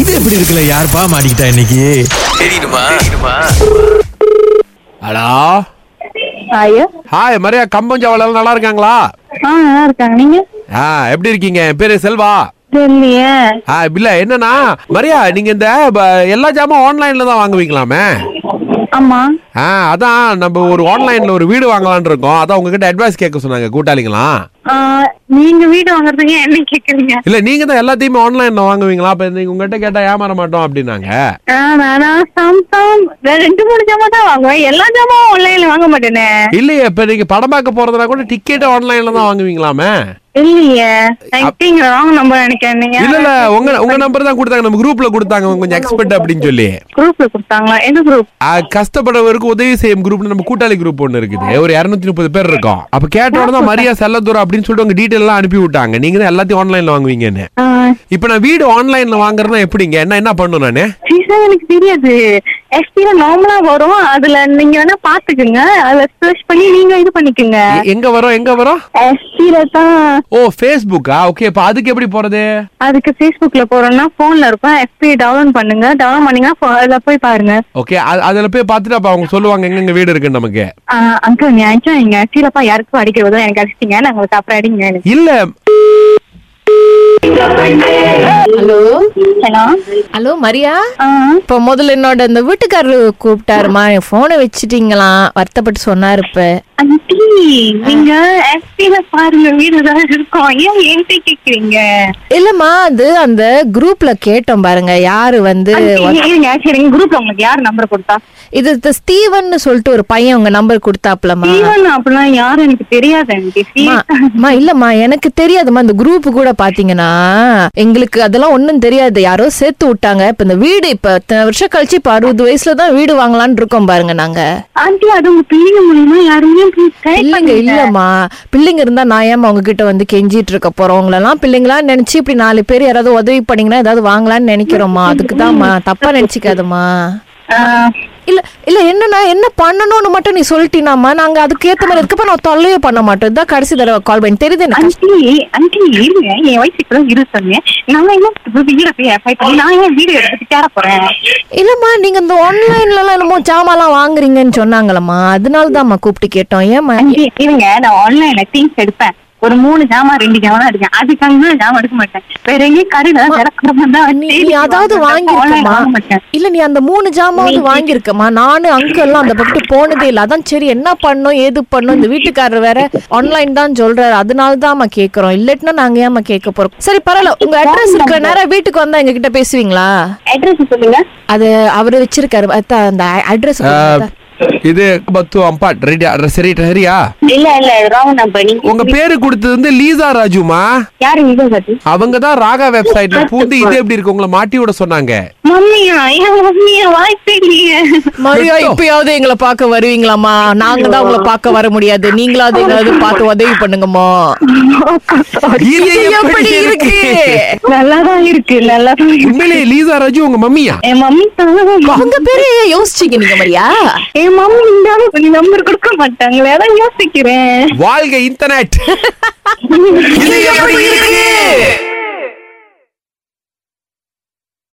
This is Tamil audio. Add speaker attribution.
Speaker 1: இது எப்படி இருக்குல்ல யாருப்பா மாட்டிக்கிட்டா இன்னைக்கு
Speaker 2: ஹலோ
Speaker 3: ஐயா
Speaker 2: ஹாய் மரியா கம்பஞ்சவளெல்லாம் நல்லா இருக்காங்களா
Speaker 3: ஆ நல்லா இருக்காங்க நீங்க
Speaker 2: ஆ எப்படி இருக்கீங்க என் பேரு செல்வா
Speaker 3: தெரியலையே
Speaker 2: ஆ இல்ல என்னன்னா மரியா நீங்க இந்த ப- எல்லா ஜாமான் ஆன்லைன்ல தான் வாங்குவீங்களாமே
Speaker 3: ஆமா
Speaker 2: ஆ அதான் நம்ம ஒரு ஆன்லைன்ல ஒரு வீடு வாங்கலாம்னு இருக்கோம் அதான் உங்ககிட்ட அட்வைஸ் கேட்க சொன்னாங்க கூட்டாளிங்களாம்
Speaker 3: ஆ, நீங்க வீடு வாங்குறதுக்கு என்ன கேக்குறீங்க
Speaker 2: இல்ல நீங்க தான் எல்லாத்தையுமே ஆன்லைன்ல வாங்குவீங்களா அப்ப நீங்க உங்ககிட்ட கேட்டா ஏமாற மாட்டோம் அப்படின்னாங்க
Speaker 3: ஆ, நானா சாம்சங் வே- ரெண்டு மூணு ஜாமா தான் வாங்குவேன் எல்லா ஜாமாவும் ஆன்லைன்ல வாங்க மாட்டேனே
Speaker 2: இல்லையே இப்ப நீங்க படம் பார்க்க போறதுனா கூட டிக்கெட் ஆன்லைன்ல தான் வாங்குவீங்களாமே
Speaker 3: இல்லையே ஐ திங்க் ராங் நம்பர் நினைக்கிறேன் நீங்க
Speaker 2: இல்ல இல்ல உங்க உங்க நம்பர் தான் கொடுத்தாங்க நம்ம குரூப்ல கொடுத்தாங்க அவங்க கொஞ்சம் எக்ஸ்பர்ட் அப்படின்னு சொல்லி
Speaker 3: குரூப்ல கொடுத்தாங்களா எந்த குரூப்
Speaker 2: ஆ, கஷ்டப்படுறவருக்கு உதவி செய்யும் குரூப்னு நம்ம கூட்டாளி குரூப் ஒன்னு இருக்குது ஒரு இரநூத்தி முப்பது பேர் இருக்கோம் அப்ப கேட்ட உடனே மரியா செல்லத்தூரம் அப்படின்னு சொல்லிட்டு உங்க டீட்டெயில் எல்லாம் அனுப்பி விட்டாங்க நீங்க தான் எல்லாத்தையும் ஆன்லைன்ல வாங்குவீங்கன்னு இப்ப நான் வீடு ஆன்லைன்ல வாங்குறேன்னா எப்படிங்க என்ன என்ன பண்ணும் நானு
Speaker 3: சீசா எனக்கு தெரியாது எக்ஸ்பீரிய நார்மலா வரும் அதுல நீங்க வேணா பாத்துக்குங்க அதுல சர்ச் பண்ணி நீங்க இது பண்ணிக்கோங்க
Speaker 2: எ- எங்க வரோம் எங்க வரோம்
Speaker 3: எக்ஸ்பீரிய தான்
Speaker 2: ஓ ஃபேஸ்புக்கா ஓகே இப்ப அதுக்கு எப்படி போறது
Speaker 3: அதுக்கு ஃபேஸ்புக்ல போறோம்னா போன்ல இருக்கும் எஃபி டவுன்லோட் பண்ணுங்க டவுன்லோட் பண்ணீங்கன்னா phone- அதுல போய் பாருங்க
Speaker 2: ஓகே அதுல போய் பார்த்துட்டு அப்ப அவங்க சொல்லுவாங்க எங்க எங்க வீடு இருக்குன்னு நமக்கு
Speaker 3: அங்கிள் நியாச்சும் நீங்க சீலப்பா யாருக்கும் அடிக்கிறதோ எனக்கு அடிச்சிட்டீங்க நான் உங்களுக்கு அப்புறம் அடிங்க எனக்கு
Speaker 2: இல்ல
Speaker 4: ஹலோ
Speaker 3: ஹலோ
Speaker 4: ஹலோ மரியா இப்போ முதல்ல என்னோட இந்த வீட்டுக்காரரு கூப்பிட்டாருமா என் போனை வச்சுட்டீங்களாம் வருத்தப்பட்டு சொன்னாரு இப்ப
Speaker 3: ஆண்டி நீங்க எஃபில பாருங்க வீடு தான் இருக்கோம் ஏன் என்கிட்ட கேக்குறீங்க
Speaker 4: இல்லம்மா அது அந்த குரூப்ல கேட்டோம் பாருங்க யாரு வந்து
Speaker 3: சரிங்க குரூப்ல உங்களுக்கு யார் நம்பர் கொடுத்தா
Speaker 4: இது இந்த ஸ்டீவன்னு சொல்லிட்டு ஒரு பையன் உங்க நம்பர் கொடுத்தாப்லமா
Speaker 3: சீவன் அப்படிலாம் யாரும் எனக்கு தெரியாது ஆண்டி சீவன்
Speaker 4: அம்மா இல்லம்மா எனக்கு தெரியாதும்மா இந்த குரூப் கூட பாத்தீங்கன்னா எங்களுக்கு அதெல்லாம் ஒண்ணும் தெரியாது யாரோ சேர்த்து விட்டாங்க இப்ப இந்த வீடு இப்ப இத்தனை வருஷம் கழிச்சு இப்ப அறுபது வயசுல தான் வீடு வாங்கலாம்னு இருக்கோம் பாருங்க நாங்க
Speaker 3: ஆண்டி அது உங்க பிள்ளைங்க மூலியமா யாருமே please try
Speaker 4: இல்லைங்க
Speaker 3: பண்ணுங்க.
Speaker 4: இல்லம்மா பிள்ளைங்க இருந்தா நான் ஏன் அவங்க கிட்ட வந்து கெஞ்சிட்டு இருக்க போறோம் உங்களெல்லாம் பிள்ளைங்களா நினைச்சு இப்படி நாலு பேர் யாராவது உதவி பண்ணீங்கன்னா ஏதாவது வாங்கலாம்னு நினைக்கிறோம்மா அதுக்குதாம்மா தப்பா நினைச்சுக்காதம்மா
Speaker 3: ஆஹ்,
Speaker 4: இல்ல இல்ல என்னன்னா என்ன பண்ணணும்னு மட்டும் நீ சொல்லிட்டீனாம்மா நாங்க அதுக்கு ஏத்த மாதிரி இருக்கப்ப நான் தொல்லையே பண்ண மாட்டோம் இதான் கடைசி தடவை கால் பண்ணி தெரியுது எனக்கு
Speaker 3: ஆண்டி ஆண்டி இருங்க என் வயசு இப்ப தான் இருபத்தொன்னு நான் என்ன வீட போய் apply பண்ணி நான் ஏன் வீடு எடுத்துட்டு தேட போறேன்
Speaker 4: இல்லம்மா நீங்க இந்த ஆன்லைன்ல எல்லாம் என்னமோ ஜாமான்லாம் வாங்குறீங்கன்னு சொன்னாங்களம்மா அதனாலதாம்மா கூப்பிட்டு கேட்டோம் ஏம்மா
Speaker 3: அஞ்சு இருங்க நான் ஆன்லைன்ல திங்ஸ் எடுப்பேன் ஒரு மூணு ஜாமா ரெண்டு ஜாமா எடுக்கேன் அதுக்காக தான் ஜாமா எடுக்க மாட்டேன் வேற எங்கேயும் கடையில விளக்கமா தான்
Speaker 4: நீ நீ அதாவது வாங்கியிருக்கமா
Speaker 3: வாங்க மாட்டேன்
Speaker 4: இல்ல நீ அந்த மூணு ஜாமாவது வாங்கியிருக்கமா நானு அங்கெல்லாம் அந்த பக்கம் போனதே இல்ல அதான் சரி என்ன பண்ணோம் ஏது பண்ணோம் இந்த வீட்டுக்காரர் வேற ஆன்லைன் தான் சொல்றாரு அதனால தான்மா கேக்குறோம் இல்லட்டினா நாங்க ஏமா கேட்க போறோம் சரி பரவாயில்ல உங்க அட்ரஸ் இருக்க நேரம் வீட்டுக்கு வந்தா எங்க கிட்ட பேசுவீங்களா
Speaker 3: அட்ரஸ் சொல்லுங்க
Speaker 4: அது அவரு வச்சிருக்காரு அத்தா, அந்த அட்ரஸ்
Speaker 2: ஆ, இது பத்து அம்பா ரெடியா சரி சரியா
Speaker 3: இல்ல இல்ல ராங் நம்பர் நீங்க
Speaker 2: உங்க பேரு கொடுத்தது வந்து லீசா ராஜுமா
Speaker 3: யாரு இது சத்தி
Speaker 2: அவங்க தான் ராகா வெப்சைட்ல பூந்து இது எப்படி இருக்கு உங்களை மாட்டி விட சொன்னாங்க
Speaker 3: மம்மியா என் மம்மியா வாய்ப்பே இல்லையே
Speaker 4: மரியா இப்பயாவது எங்களை பார்க்க வருவீங்களாமா நாங்க தான் உங்களை பார்க்க வர முடியாது நீங்களாவது எங்களாவது பார்த்து உதவி பண்ணுங்கம்மா
Speaker 2: இது எப்படி இருக்கு
Speaker 3: நல்லாதான் இருக்கு நல்லாதான் இருக்கு
Speaker 2: உண்மையிலேயே லீசா ராஜு உங்க மம்மியா
Speaker 3: என் மம்மி தான்
Speaker 4: உங்க பேரு ஏன் யோசிச்சீங்க நீங்க மரியா
Speaker 3: என் மம்மி இந்த நம்பர் கொடுக்க மாட்டாங்களே அதான் யோசிக்கிறேன்
Speaker 2: வாழ்க இன்டர்நெட் இது எப்படி இருக்கு